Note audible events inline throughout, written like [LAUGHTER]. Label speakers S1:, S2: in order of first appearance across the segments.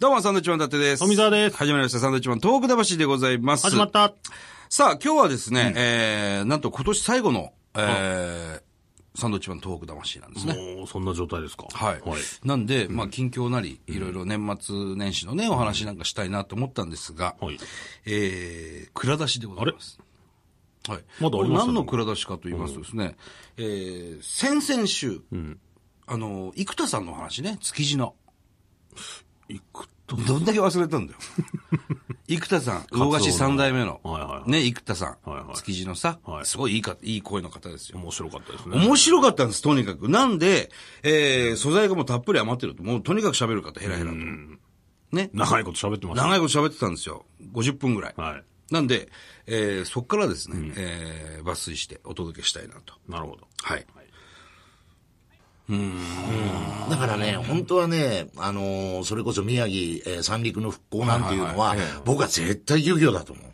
S1: どうも、サンドウィッチマン伊達です。
S2: 富澤です
S1: 始まりました、サンドウィッチマントーク魂でございます。
S2: 始まった。
S1: さあ、今日はですね、えー、なんと今年最後の、えー、サンドウィッチマントーク魂なんですね。
S2: もう、そんな状態ですか。
S1: はい。なんで、まあ、近況なり、いろいろ年末年始のね、お話なんかしたいなと思ったんですが、
S2: はい
S1: えー、蔵出しでございます。はい。
S2: まだありましたね
S1: これ何の蔵出しかと言いますとですね、えー、先々週、あの、生田さんのお話ね、築地の。
S2: 行くと。
S1: どんだけ忘れた [LAUGHS] んだよ。生田さん、魚菓子三代目の
S2: はいはいは、い
S1: ね、生田さん
S2: はいは、い
S1: 築地のさ
S2: は、い
S1: すごいいいか、いい声の方ですよ。
S2: 面白かったですね。
S1: 面白かったんです、とにかく。なんで、えー、素材がもうたっぷり余ってると、もうとにかく喋る方、ヘラヘラと。ね。
S2: 長いこと喋ってました。
S1: 長いこと喋ってたんですよ。50分ぐらい。
S2: はい。
S1: なんで、えー、そっからですね、えー、抜粋してお届けしたいなと。
S2: なるほど。
S1: はい。
S3: だからね、本当はね、あのーそれこそ宮城、えー三陸の復興なんていうのは、僕は絶対漁業だと思う。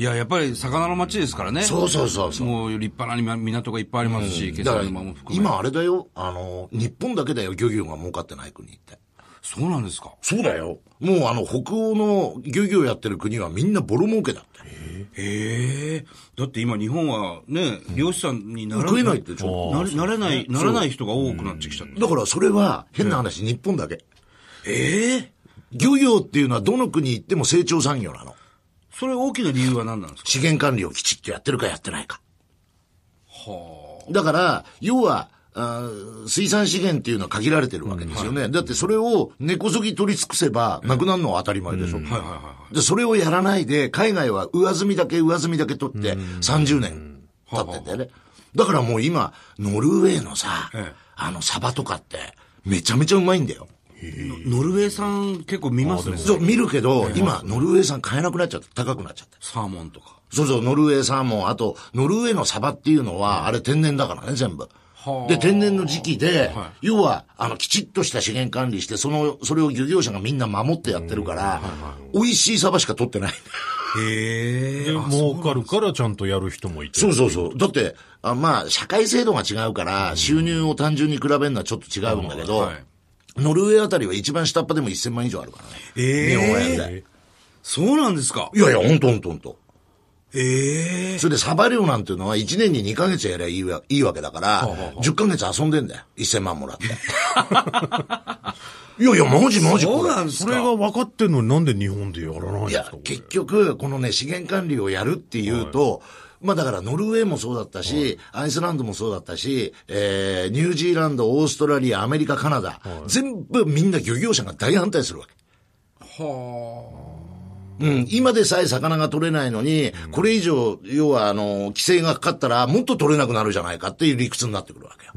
S1: いや、やっぱり魚の町ですからね。
S3: そうそうそうそう。
S1: もう立派な港がいっぱいありますし、気仙
S3: だから
S1: 沼も含め。
S3: 今あれだよ、あのー日本だけだよ、漁業が儲かってない国って。
S1: そうなんですか。
S3: そうだよ。もうあの、北欧の漁業やってる国はみんなボロ儲けだって。
S1: ええだって今日本はね、漁師さんになら
S3: 食えないってちょ
S1: なれなれない、ならない人が多くなってきちゃった。
S3: だからそれは、変な話、日本だけ。
S1: ええ
S3: 漁業っていうのはどの国行っても成長産業なの。
S1: それ大きな理由は何なんですか
S3: 資源管理をきちっとやってるかやってないか。だから、要は、あー水産資源っていうのは限られてるわけですよね。だってそれを根こそぎ取り尽くせば、なくなるのは当たり前でしょ。
S1: はいはいはいは
S3: で、それをやらないで、海外は上積みだけ上積みだけ取って、30年経ってんだよね。だからもう今、ノルウェーのさ
S1: ええ、
S3: あの、サバとかって、めちゃめちゃうまいんだよ。
S1: い。ノノルウェー産結構見ますね。
S3: そう、見るけど、今、ノルウェー産買えなくなっちゃって、高くなっちゃって。
S1: サーモンとか。
S3: そうそう、ノルウェーサーモン、あと、ノルウェーのサバっていうのは、あれ天然だからね、全部
S1: はあ。
S3: で、天然の時期で、要は、あの、きちっとした資源管理して、その、それを漁業者がみんな守ってやってるから、美味しいサバしか取ってない。
S1: へ
S2: で、儲かるからちゃんとやる人もいて。
S3: そうそうそう。だって、あまあ、社会制度が違うから、収入を単純に比べるのはちょっと違うんだけど、
S1: はい
S3: ノルウェーあたりは一番下っ端でも1000万以上あるからね。
S1: え
S3: 日本円
S1: え
S3: で。
S1: そうなんですか
S3: いやいや、ほんとほんとほんと。
S1: ええ
S3: [LAUGHS] それでサバ漁なんていうのは1年に2ヶ月やりゃいいわいいわけだから、10ヶ月遊んでんだよ。1000万もらって。 [LAUGHS] いやいや、マジマジ
S1: そ
S3: こ
S1: う
S3: れ。
S1: なんです
S2: それ
S1: か
S2: が分かってんのになんで日本でやらないん
S3: い
S2: です
S3: や
S2: か、
S3: 結局、このね、資源管理をやるっていうと、まあだからノルウェーもそうだったし、アイスランドもそうだったし、えー、ニュージーランド、オーストラリア、アメリカ、カナダ、全部みんな漁業者が大反対するわけ。うん、今でさえ魚が取れないのに、これ以上、要は、あの、規制がかかったら、もっと取れなくなるじゃないかっていう理屈になってくるわけよ。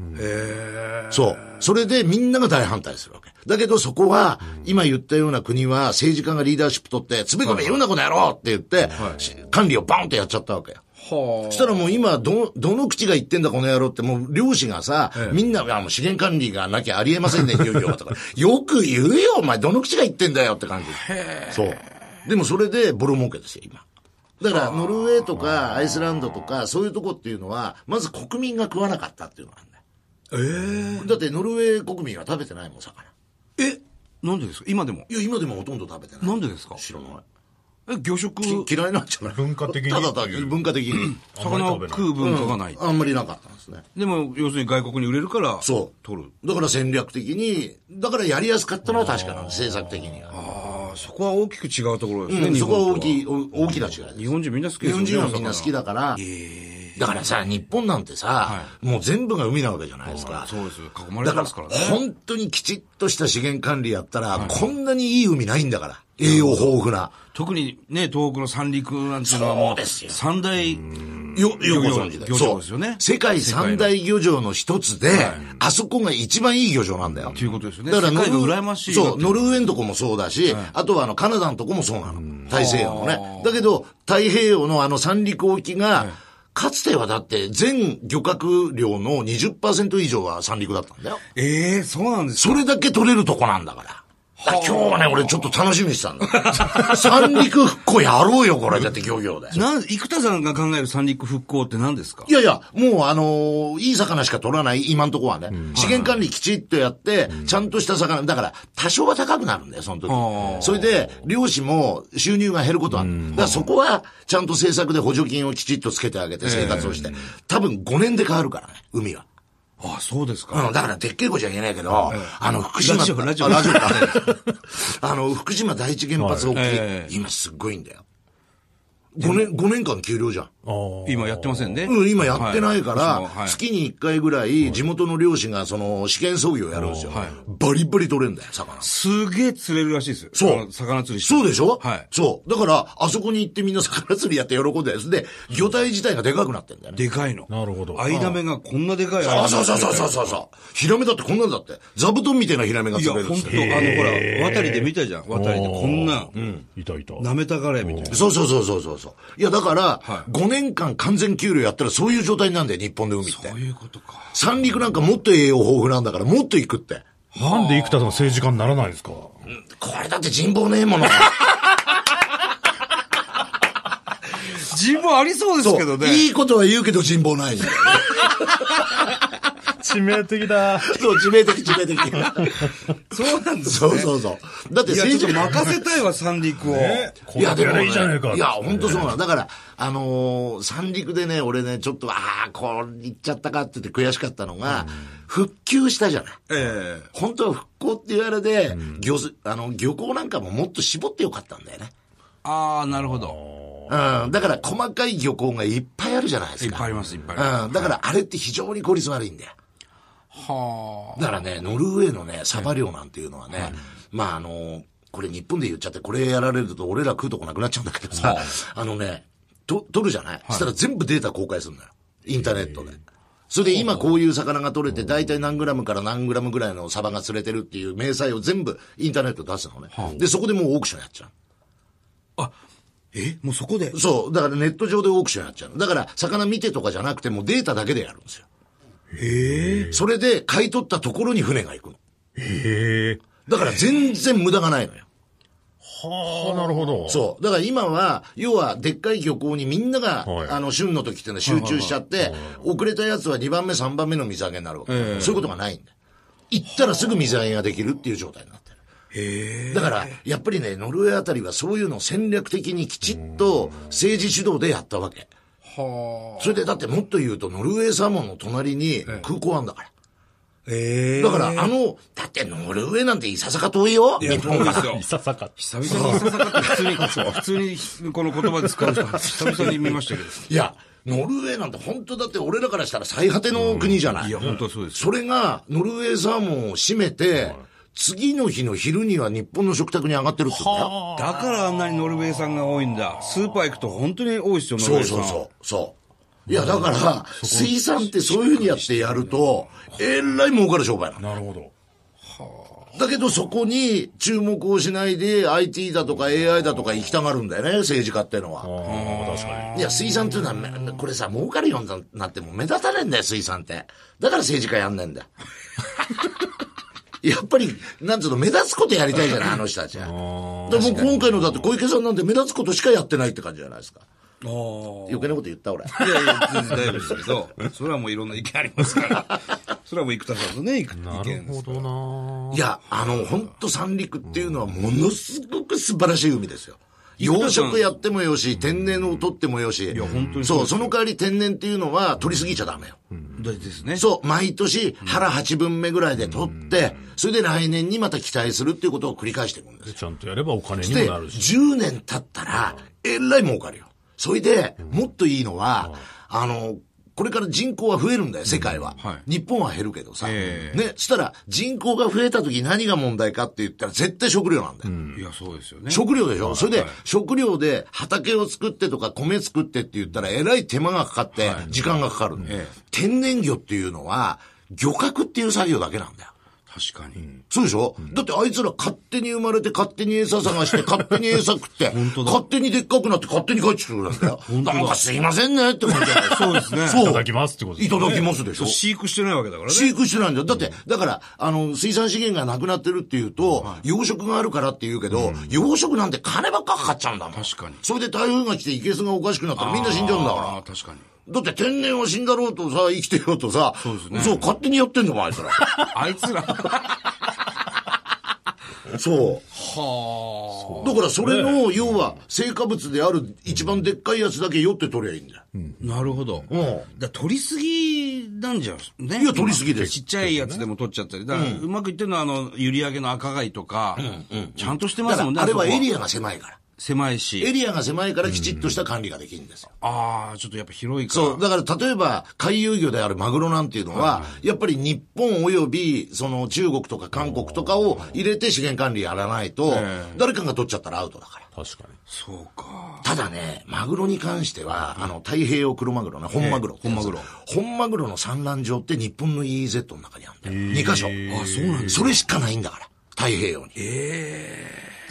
S3: そう。それでみんなが大反対するわけ。だけどそこは、今言ったような国は政治家がリーダーシップ取って、詰め込め言うなことやろうって言って、し管理をバンとやっちゃったわけよ。そしたらもう今、ど、どの口が言ってんだこの野郎って、もう漁師がさ、みんながもう資源管理がなきゃありえませんね、漁業はとか。 [LAUGHS] よく言うよ、お前、どの口が言ってんだよって感じ。そう。でもそれでボロ儲けですよ、今。だから、ノルウェーとか、アイスランドとか、そういうとこっていうのは、まず国民が食わなかったっていうのがあるんだよ。だってノルウェー国民は食べてないもん、魚。
S1: え、なんでですか今でも。
S3: いや、今でもほとんど食べてない。
S1: なんでですか
S3: 知らない。
S1: え、魚食、
S3: き嫌いなんじゃない
S2: 文化的に
S3: ただ単に文化的に。
S1: 魚を食う文化がない。
S3: あんまりなかったんですね。
S1: でも、要するに外国に売れるから、
S3: そう。
S1: 取る。
S3: だから戦略的に、だからやりやすかったのは確かなんです、政策的には。
S1: ああ、そこは大きく違うところですね。
S3: うん、
S1: 日
S3: そ
S1: 本
S3: ことは大きい、お大きな違い
S1: 日
S3: です。
S1: 本人みんな好きです
S3: 日
S1: よ
S3: 本
S1: ね
S3: 人はみんな好きだから、だからさ、日本なんてさ、もう全部が海なわけじゃないですか。
S1: そうです。囲まれ
S3: だ
S1: て
S3: か
S1: ま
S3: ら、
S1: すからね。
S3: 本当にきちっとした資源管理やったら、こんなにいい海ないんだから。栄養豊富な。
S1: 特にね、東北の三陸なんていうのは
S3: そ
S1: も
S3: うです
S1: う、
S3: よ
S1: 三大、
S3: よ、よくご存知
S1: 漁
S3: で。
S1: 業
S3: そう
S1: ですよね
S3: 世界三大漁場の一つで、あそこが一番いい漁場なんだよ。
S1: ということですよね。
S3: だか
S1: 世
S3: らノル
S1: 界が羨ましい。
S3: そう、ノルウェーのとこもそうだし、あとはあのカナダのとこもそうなの。大西洋のね。だけど、太平洋のあの三陸沖が、かつてはだって全漁獲量の20%以上は三陸だったんだよ。
S1: ええそうなんです
S3: それだけ取れるとこなんだから。だから今日はね、俺ちょっと楽しみにしてたんだ。三陸復興やろうよ、これ。だって漁業で。
S1: なん、生田さんが考える三陸復興って何ですか
S3: いやいや、もうあのーいい魚しか取らない、今んとこはね。資源管理きちっとやって、ちゃんとした魚、だから、多少は高くなるんだよ、その時
S1: あ。あ
S3: それで、漁師も収入が減ることはある。だからそこは、ちゃんと政策で補助金をきちっとつけてあげて生活をして。多分5年で変わるからね、海は。
S1: ああ、そうですか。
S3: うん、だから、でっけえ子じゃ言えないけど、あの、福島、
S1: ラジオラジオ
S3: あラジオか [LAUGHS] あの、福島第一原発が
S1: はい
S3: 大
S1: え
S3: きい。今すっごいんだよ。5年、五年間給料じゃん。
S1: 今やってませんね。
S3: うん、今やってないか
S1: はい
S3: ら、月に1回ぐらい、地元の漁師が、その、試験操業やるんですよ。バリバリ取れんだよ、魚。
S1: すげえ釣れるらしいですよ。
S3: そう
S1: あの魚釣りして
S3: そうでしょ
S1: はい
S3: そう。だから、あそこに行ってみんな魚釣りやって喜んでるんです。で、魚体自体がでかくなってんだよね。
S1: でかいの。
S2: なるほど
S1: アイダメがこんなでかい
S3: そうそうそうそうそうそう。ヒラメだってこんなんだって。座布団みたいなヒラメが
S1: い
S3: 釣
S1: や、
S3: れるんで
S1: 本
S3: す
S1: 当
S3: よ
S1: あ。の、ほら、渡りで見たじゃん。渡りでこんな、
S2: うん。いたいた。
S1: 舐めたがれみたいな。
S3: そうそうそうそうそうそう。いや、だから、5年間完全給料やったらそういう状態になるんだよ、日本の海って
S1: そう。いうことか。
S3: 三陸なんかもっと栄養豊富なんだから、もっと行くって。
S2: なんで生田さん政治家にならないんですか
S3: これだって人望ねえもの。
S1: 自分ありそうですけどね。
S3: いいことは言うけど人望ないん
S1: [LAUGHS]
S3: だよ。
S2: 致命的 [LAUGHS] だ。
S3: そう、致命的、致命的。
S1: そうなんです
S3: [LAUGHS] そ
S1: ね。
S3: うそうそう。だって
S1: いや、ちょっと
S3: 政治家。
S1: 任せたいわ、三陸を。
S2: いや、でも、いいじゃないか。
S3: いや、本当そうなの。だから、あのー三陸でね、俺ね、ちょっと、ああ、こう、行っちゃったかって言って悔しかったのが、復旧したじゃない。
S1: ええ。
S3: 本当は復興って言われで、漁す、あの、漁港なんかももっと絞ってよかったんだよね。
S1: ああ、なるほど。
S3: うん。だから、細かい漁港がいっぱいあるじゃないで
S1: い
S3: す
S1: っぱい
S3: か。
S1: あります、いっぱいあります。
S3: うん。だから、あれって非常に効率悪いんだよ。
S1: は
S3: だからね、ノルウェーのね、サバ漁なんていうのはね、まああの、これ日本で言っちゃって、これやられると俺ら食うとこなくなっちゃうんだけどさ、あのね、と、取るじゃない、そしたら全部データ公開するんだよ。インターネットで。それで今こういう魚が取れて、大体何グラムから何グラムぐらいのサバが釣れてるっていう明細を全部インターネットで出すのね。で、そこでもうオークションやっちゃう。
S1: あ。あ、えもうそこで。
S3: そう。だからネット上でオークションやっちゃうの。だから、魚見てとかじゃなくて、もうデータだけでやるんですよ。へえ。それで、買い取ったところに船が行くの。
S2: へえ。
S3: だから全然無駄がないのよ。
S2: はあ、なるほど。
S3: そう。だから今は、要は、でっかい漁港にみんなが、
S2: はい
S3: あの、旬の時っていうのは集中しちゃって、遅れたやつは2番目、3番目の水揚げになるわけ。そういうことがないんだよ。行ったらすぐ水揚げができるっていう状態になってる。
S1: へえ。
S3: だから、やっぱりね、ノルウェーあたりはそういうのを戦略的にきちっと政治主導でやったわけ。
S1: は
S3: それでだってもっと言うと、ノルウェーサーモンの隣に空港あんだから。
S1: あ。ええ。
S3: だから、あの、だってノルウェーなんていささか遠いよ。
S1: いや、そうですよ
S2: い。ささか。
S1: 久々に伊佐坂 [LAUGHS] って普通に、普通にこの言葉で使う人、久々に見ましたけど。
S3: いや、ノルウェーなんて本当だって俺らからしたら最果ての国じゃない。
S1: いや、本当そうです。
S3: それが、ノルウェーサーモンを締めて、次の日の昼には日本の食卓に上がってるって言うんだよ。
S1: だからあんなにノルウェーさんが多いんだ。スーパー行くと本当に多いですよ、ノルウ
S3: そ
S1: ェ
S3: う
S1: ーさん。
S3: そうそう。そう。いや、だから、水産ってそういうふうにやってやると、えらい儲かる商売なの。
S2: なるほど。
S3: だけどそこに注目をしないで IT だとか AI だとか行きたがるんだよね、政治家っていうのは。
S2: ああ、確かに。
S3: いや、水産っていうのはめ、これさ、儲かるようになっても目立たねえんだよ、水産って。だから政治家やんねえんだよ。 [LAUGHS] やっぱり、なんつうの、目立つことやりたいじゃない、あの人たちは。でもう今回のだって小池さんなんて目立つことしかやってないって感じじゃないですか。
S1: あ
S3: 余計なこと言った、 [LAUGHS] 俺。
S1: あ。いやいや、全然大丈夫ですけど、それはもういろんな意見ありますから。それはもう生田さんのね、意見
S2: なる
S1: です
S2: ほ。どない
S3: や、あの、ほんと三陸っていうのはものすごく素晴らしい海ですよ。養殖やってもよし、天然を取ってもよし。いや、
S1: 本当に
S3: そう、その代わり天然っていうのは取りすぎちゃダメよ。
S1: 大事ですね。
S3: そう、毎年腹8分目ぐらいで取って、それで来年にまた期待するっていうことを繰り返していくんです。
S2: でちゃんとやればお金に
S3: で、
S2: もなるし。
S3: 10年経ったら、えらい儲かるよ。それで、もっといいのは、あの、これから人口は増えるんだよ、世界は。
S1: はい
S3: 日本は減るけどさ。
S1: え
S3: ね、そしたら、人口が増えた時何が問題かって言ったら、絶対食料なんだよ。
S1: いや、そうですよね。
S3: 食料でしょ、それで、食料で畑を作ってとか米作ってって言ったら、えらい手間がかかって、時間がかかるの、
S1: ええ
S3: 天然魚っていうのは、漁獲っていう作業だけなんだよ。
S1: 確かに。
S3: そうでしょ、だってあいつら勝手に生まれて勝手に餌探して勝手に餌食って、勝手にでっかくなって勝手に帰ってくるんだよ。なんかすいませんねって感じじゃないですか。
S1: そうですね
S3: そう。
S2: いただきますってことで
S3: い
S2: すね
S3: ただきますでしょ
S1: 飼育してないわけだからね。
S3: 飼育してないんだよ。だって、だから、あの、水産資源がなくなってるっていうと、養殖があるからって言うけど、養殖なんて金ばっかかかっちゃうんだもん。
S1: 確かに
S3: それで台風が来てイケスがおかしくなったらみんな死んじゃうんだ
S1: あ
S3: か
S1: あ、確かに。
S3: ら。だって天然は死んだろうとさ、生きてようとさ、そう
S1: ですね
S3: 勝手にやってんだもん、あいつ [LAUGHS] ら。
S1: あいつら。は
S3: そう。
S1: あ。
S3: だからそれの、要は、成果物である一番でっかいやつだけ酔って取りゃいいんだよ。
S1: なるほど。
S3: ん
S1: だ取りすぎなんじゃん。ね。
S3: いや取りすぎです
S1: ちっちゃいやつでも取っちゃったり。だから、うまくいってるのは、あの、閖上げの赤貝とか、ちゃんとしてま
S3: だ
S1: す
S3: か
S1: もんね。
S3: ら、あれはエリ
S1: ア。
S3: アが狭いから。
S1: 狭い
S3: エ
S1: し。
S3: リアが狭いからきちっとした管理ができるんですよ。
S1: ああ、ちょっとやっぱ広いから。
S3: そう。だから、例えば、海遊魚であるマグロなんていうのは、やっぱり日本及び、その中国とか韓国とかを入れて資源管理やらないと、誰かが取っちゃったらアウトだから。
S2: 確かに。
S1: そうか。
S3: ただね、マグロに関しては、あの、太平洋黒マグロね、本マグロ。
S1: ええ本マグロ。
S3: 本マグロの産卵場って日本の EEZ の中にあるんだよ。2箇所。
S1: あそうなんだ
S3: それしかないんだから、太平洋に。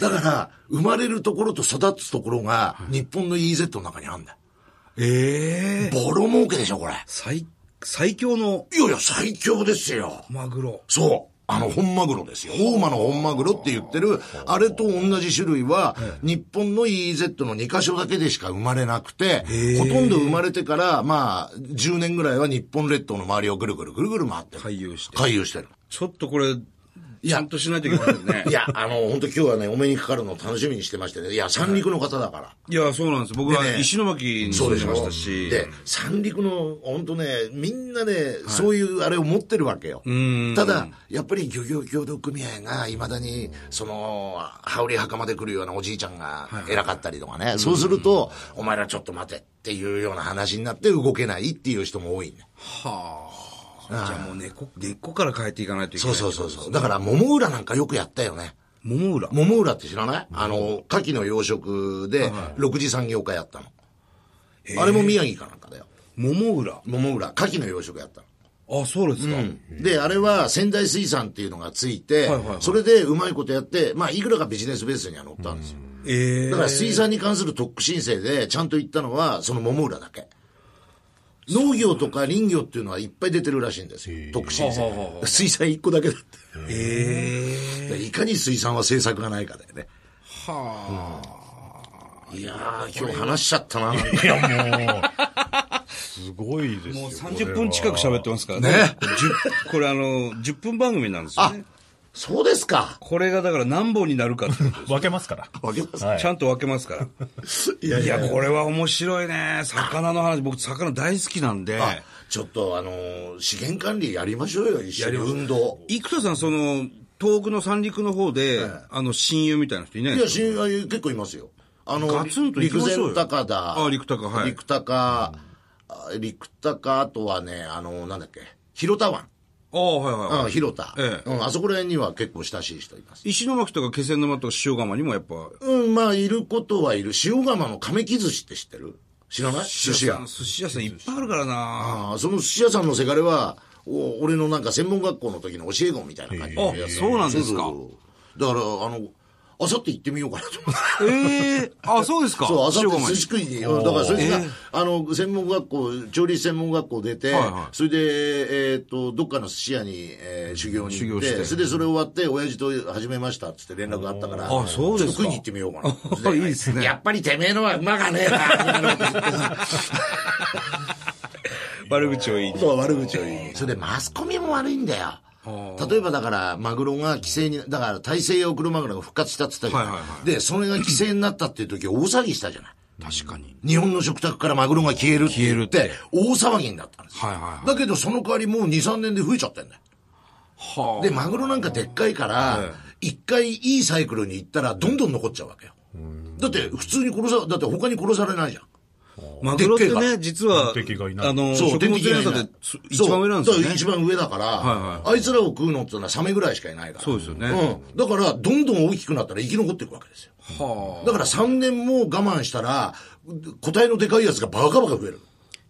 S3: だから、生まれるところと育つところが、日本の EEZ の中にあるんだよ。
S1: ええ
S3: ボロ儲けでしょ、これ。
S1: 最、最強の
S3: いやいや、最強ですよ。
S1: マグロ。
S3: そう。あの、本マグロですよ。大間の本マグロって言ってる、あれと同じ種類は、日本の EEZ の2カ所だけでしか生まれなくて、ほとんど生まれてから、まあ、10年ぐらいは日本列島の周りをぐるぐるぐるぐる回ってる。
S1: 回遊して
S3: 回遊してる。
S1: ちょっとこれ、ちゃんとしないといけないですね。
S3: いや、あの、本当今日はね、お目にかかるのを楽しみにしてましてね。いや、三陸の方だから。
S1: いや、そうなんです。僕は
S3: でね
S1: 石巻に住ん
S3: そうで
S1: で
S3: し
S1: まし
S3: ょ
S1: たし。
S3: で、三陸の、本当ね、みんなね、そういうあれを持ってるわけよ。ただ、やっぱり漁業協同組合が、いまだに、その、羽織袴で来るようなおじいちゃんが偉かったりとかね、そうすると、お前らちょっと待てっていうような話になって動けないっていう人も多いね。
S1: はあ。じゃあもう根っこ、根っこから変えていかないといけ
S3: そ
S1: な
S3: う
S1: い。
S3: そうそうそう。だから、桃浦なんかよくやったよね。
S1: 桃浦。
S3: 桃浦って知らないあの、牡蠣の養殖で、6次産業化やったの。あれも宮城かなんかだよ。
S1: 桃浦。
S3: 桃浦、牡蠣の養殖やったの。
S1: あ、そうですか。
S3: で、あれは仙台水産っていうのがついて、
S1: はいはいはい
S3: それでうまいことやって、まあ、いくらかビジネスベースには乗ったんですよ。
S1: ええ
S3: だから水産に関する特区申請でちゃんと行ったのは、その桃浦だけ。農業とか林業っていうのはいっぱい出てるらしいんですよ。特区申
S1: はあはあは
S3: 請。水産1個だけだって。
S1: ええ
S3: だからいかに水産は政策がないかだよね。
S1: はあ。
S3: いやー、今日話しちゃったな。なん
S1: [LAUGHS]
S3: か
S2: いや、もう、すごいですよ。
S1: もう30分近く喋ってますから
S3: ね。
S1: 10これあの、10分番組なんですよ
S3: あ
S1: ね。、
S3: そうですか。
S1: これがだから何本になるかってことで
S2: 分けますから。
S3: わけます。
S2: はい
S1: す。ちゃんと分けますから。
S3: いや
S1: いや、これは面白いね。魚の話、僕、魚大好きなんで。
S3: あちょっと、あのー資源管理やりましょうよ、一緒に運動。
S1: 生田さん、その、東北の三陸の方で、あの、親友みたいな人いない
S3: い
S1: で
S3: や、
S1: すか
S3: 親友結構いますよ。あの、
S1: ガツンと行き
S3: 陸
S1: ましょうよ
S3: 前高田。
S1: あ陸高はい
S3: 陸高、あ陸高、あとはね、あの、なんだっけ、広田湾。
S1: ああ、はいはい、
S3: う
S1: は
S3: ん、広田、
S1: ええ
S3: うん、あそこら辺には結構親しい人います。
S1: い。石巻とか気仙沼とか塩釜にもやっぱ、
S3: うん、まあ、いることはいる。塩釜の亀木寿司って知ってる知らない寿司屋。
S1: 寿司屋さんいっぱいあるからな
S3: ああ、その寿司屋さんのせがれは、お俺のなんか専門学校の時の教え子みたいな感じのやつ
S1: あそうなんですか
S3: そうそうそうだから、あの、あさって行ってみようかなと思って。
S1: ええあ、
S3: [LAUGHS]
S1: そうですか。
S3: そう、あさ
S1: 塩
S3: っ
S1: 釜
S3: て
S1: に
S3: 寿司食いに、だからそれが、
S1: ええ
S3: あの、専門学校、調理師専門学校出て、
S1: はいはい
S3: それで、えっ、と、どっかの寿司屋に、えー修行に
S1: 修
S3: 行
S1: 行
S3: って
S1: して
S3: それでそれ終わって、親父と始めましたっつって連絡があったから、
S1: あそうですか
S3: ちょっと食いに行ってみようかなっつっ
S1: [LAUGHS]
S3: て。
S1: いいですね
S3: やっぱりてめえのはうまかねえな、みた
S1: [LAUGHS]
S3: いなこと言ってさ
S1: 悪口を言いに。
S3: そう、悪口を言いに。それで、マスコミも悪いんだよ。例えばだから、マグロが規制に、だから大西洋クロマグロが復活したって言ったじゃな
S1: は
S3: い,、
S1: いはいはい
S3: で、それが規制になったっていう時は大騒ぎしたじゃない。
S1: 確かに。
S3: 日本の食卓からマグロが消えるって言って
S1: 消える、
S3: 大騒ぎになったんですよ。
S1: はいはいはい
S3: だけど、その代わりもう2、3年で増えちゃってんだよ。
S1: は
S3: で、マグロなんかでっかいから、一回いいサイクルに行ったら、どんどん残っちゃうわけよ。だって、普通に殺さ、だって他に殺されないじゃん。
S1: あ。マグロって
S3: でっけえ
S1: ね、実は、あ
S2: 天敵がいない
S1: の、食物連鎖でつ一番上なんで
S3: そ
S1: す
S3: う
S1: よ
S3: だから
S1: ね。
S3: 一番上だから、あいつらを食うのってのはサメぐらいしかいないから。
S1: そうですよね
S3: うん。だから、どんどん大きくなったら生き残っていくわけですよ。
S1: はあ。
S3: だから3年も我慢したら、個体のでかいやつがバカバカ増える。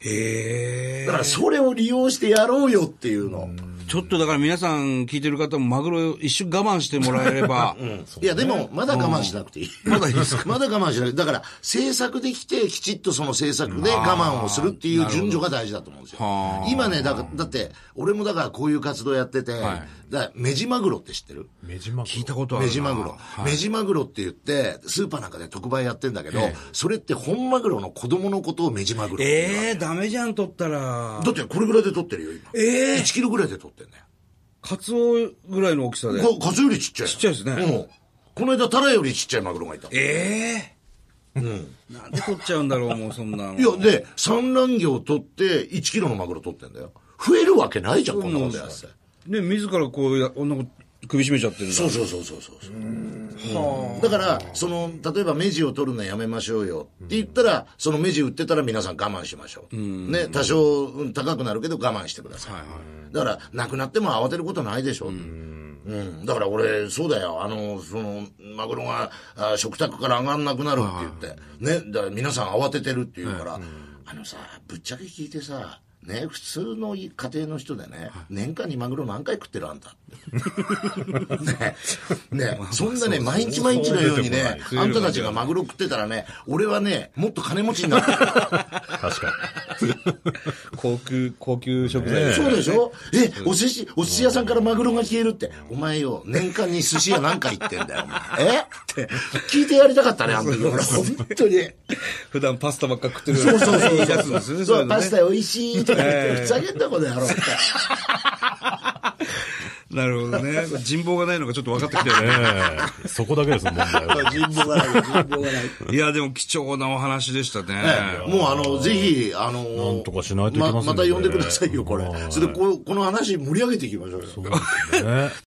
S1: へえ
S3: だからそれを利用してやろうよっていうの。
S1: ちょっとだから皆さん聞いてる方もマグロ一瞬我慢してもらえれ
S3: [LAUGHS]
S1: ば、
S3: いや、でも、まだ我慢しなくていい。まだいいですか [LAUGHS] まだ我慢しなくて。だから、政策できて、きちっとその政策で我慢をするっていう順序が大事だと思うんですよ
S1: は。
S3: 今ね、だだって、俺もだからこういう活動やってて、だからメジマグロって知ってる
S2: 目島
S1: 聞いたことある
S3: メ
S1: な
S3: ジマグロ。メジマグロって言って、スーパーなんかで特売やってんだけど、それって本マグロの子供のことをメジマグロって言うわ。
S1: ええー、ダメじゃん、取ったら。
S3: だってこれぐらいで取ってるよ、今。
S1: ええ
S3: 1キロぐらいで取ってんだよ。
S1: カツオぐらいの大きさで。
S3: かカツよりちっちゃい。ち
S1: っちゃいですね
S3: うん。この間、タラよりちっちゃいマグロがいた。
S1: ええうん。なんで取っちゃうんだろう、もうそんなの。
S3: いや、で、産卵魚を取って、1キロのマグロ取ってんだよ。増えるわけないじゃん、こんなことやって。
S1: ね、自らこうや、女の子首絞めちゃってるんだ。
S3: そうそうそうそうそううんだから、その、例えば、目地を取るのやめましょうよって言ったら、その目地売ってたら皆さん我慢しましょう。ね、多少うん高くなるけど我慢してください。だから、なくなっても慌てることないでしょう。うん、だから俺、そうだよ。あの、その、マグロが、あ食卓から上がんなくなるって言って、ね、だから皆さん慌ててるって言うから、あのさ、ぶっちゃけ聞いてさ、ね、普通の家庭の人でね、年間にマグロ何回食ってるあんた [LAUGHS] ねね、そんなね、毎日毎日のようにね、
S2: そう
S3: あんたたちがマグロ食ってたらね、俺はね、もっと金持ちになって
S2: 確か
S1: 高級、高級食材。
S3: る。そうでしょえ、お寿司、お寿司屋さんからマグロが消えるって、お前よ、年間に寿司屋何回行ってんだよ、お前。えって、聞いてやりたかったね、あの時俺、本当に。
S1: 普段パスタばっか食ってる
S3: そうそうそう
S1: やつ
S3: そ
S1: で
S3: う。
S1: すね。
S3: そう
S1: いのね
S3: パスタ美味しいとか言って、ふざけんな、この野郎って。
S1: なるほどね。人望がないのがちょっと分かってきたよね。
S2: に。ええそこだけです、問題は。
S3: 人望がない、人望がない。
S1: いや、でも貴重なお話でしたね。
S3: ええもうあの、ぜひ、あの
S2: なんとかしないといけませんね [LAUGHS]
S3: ままた呼んでくださいよ、これ。それで、こうこの話盛り上げていきましょうよ。
S2: ね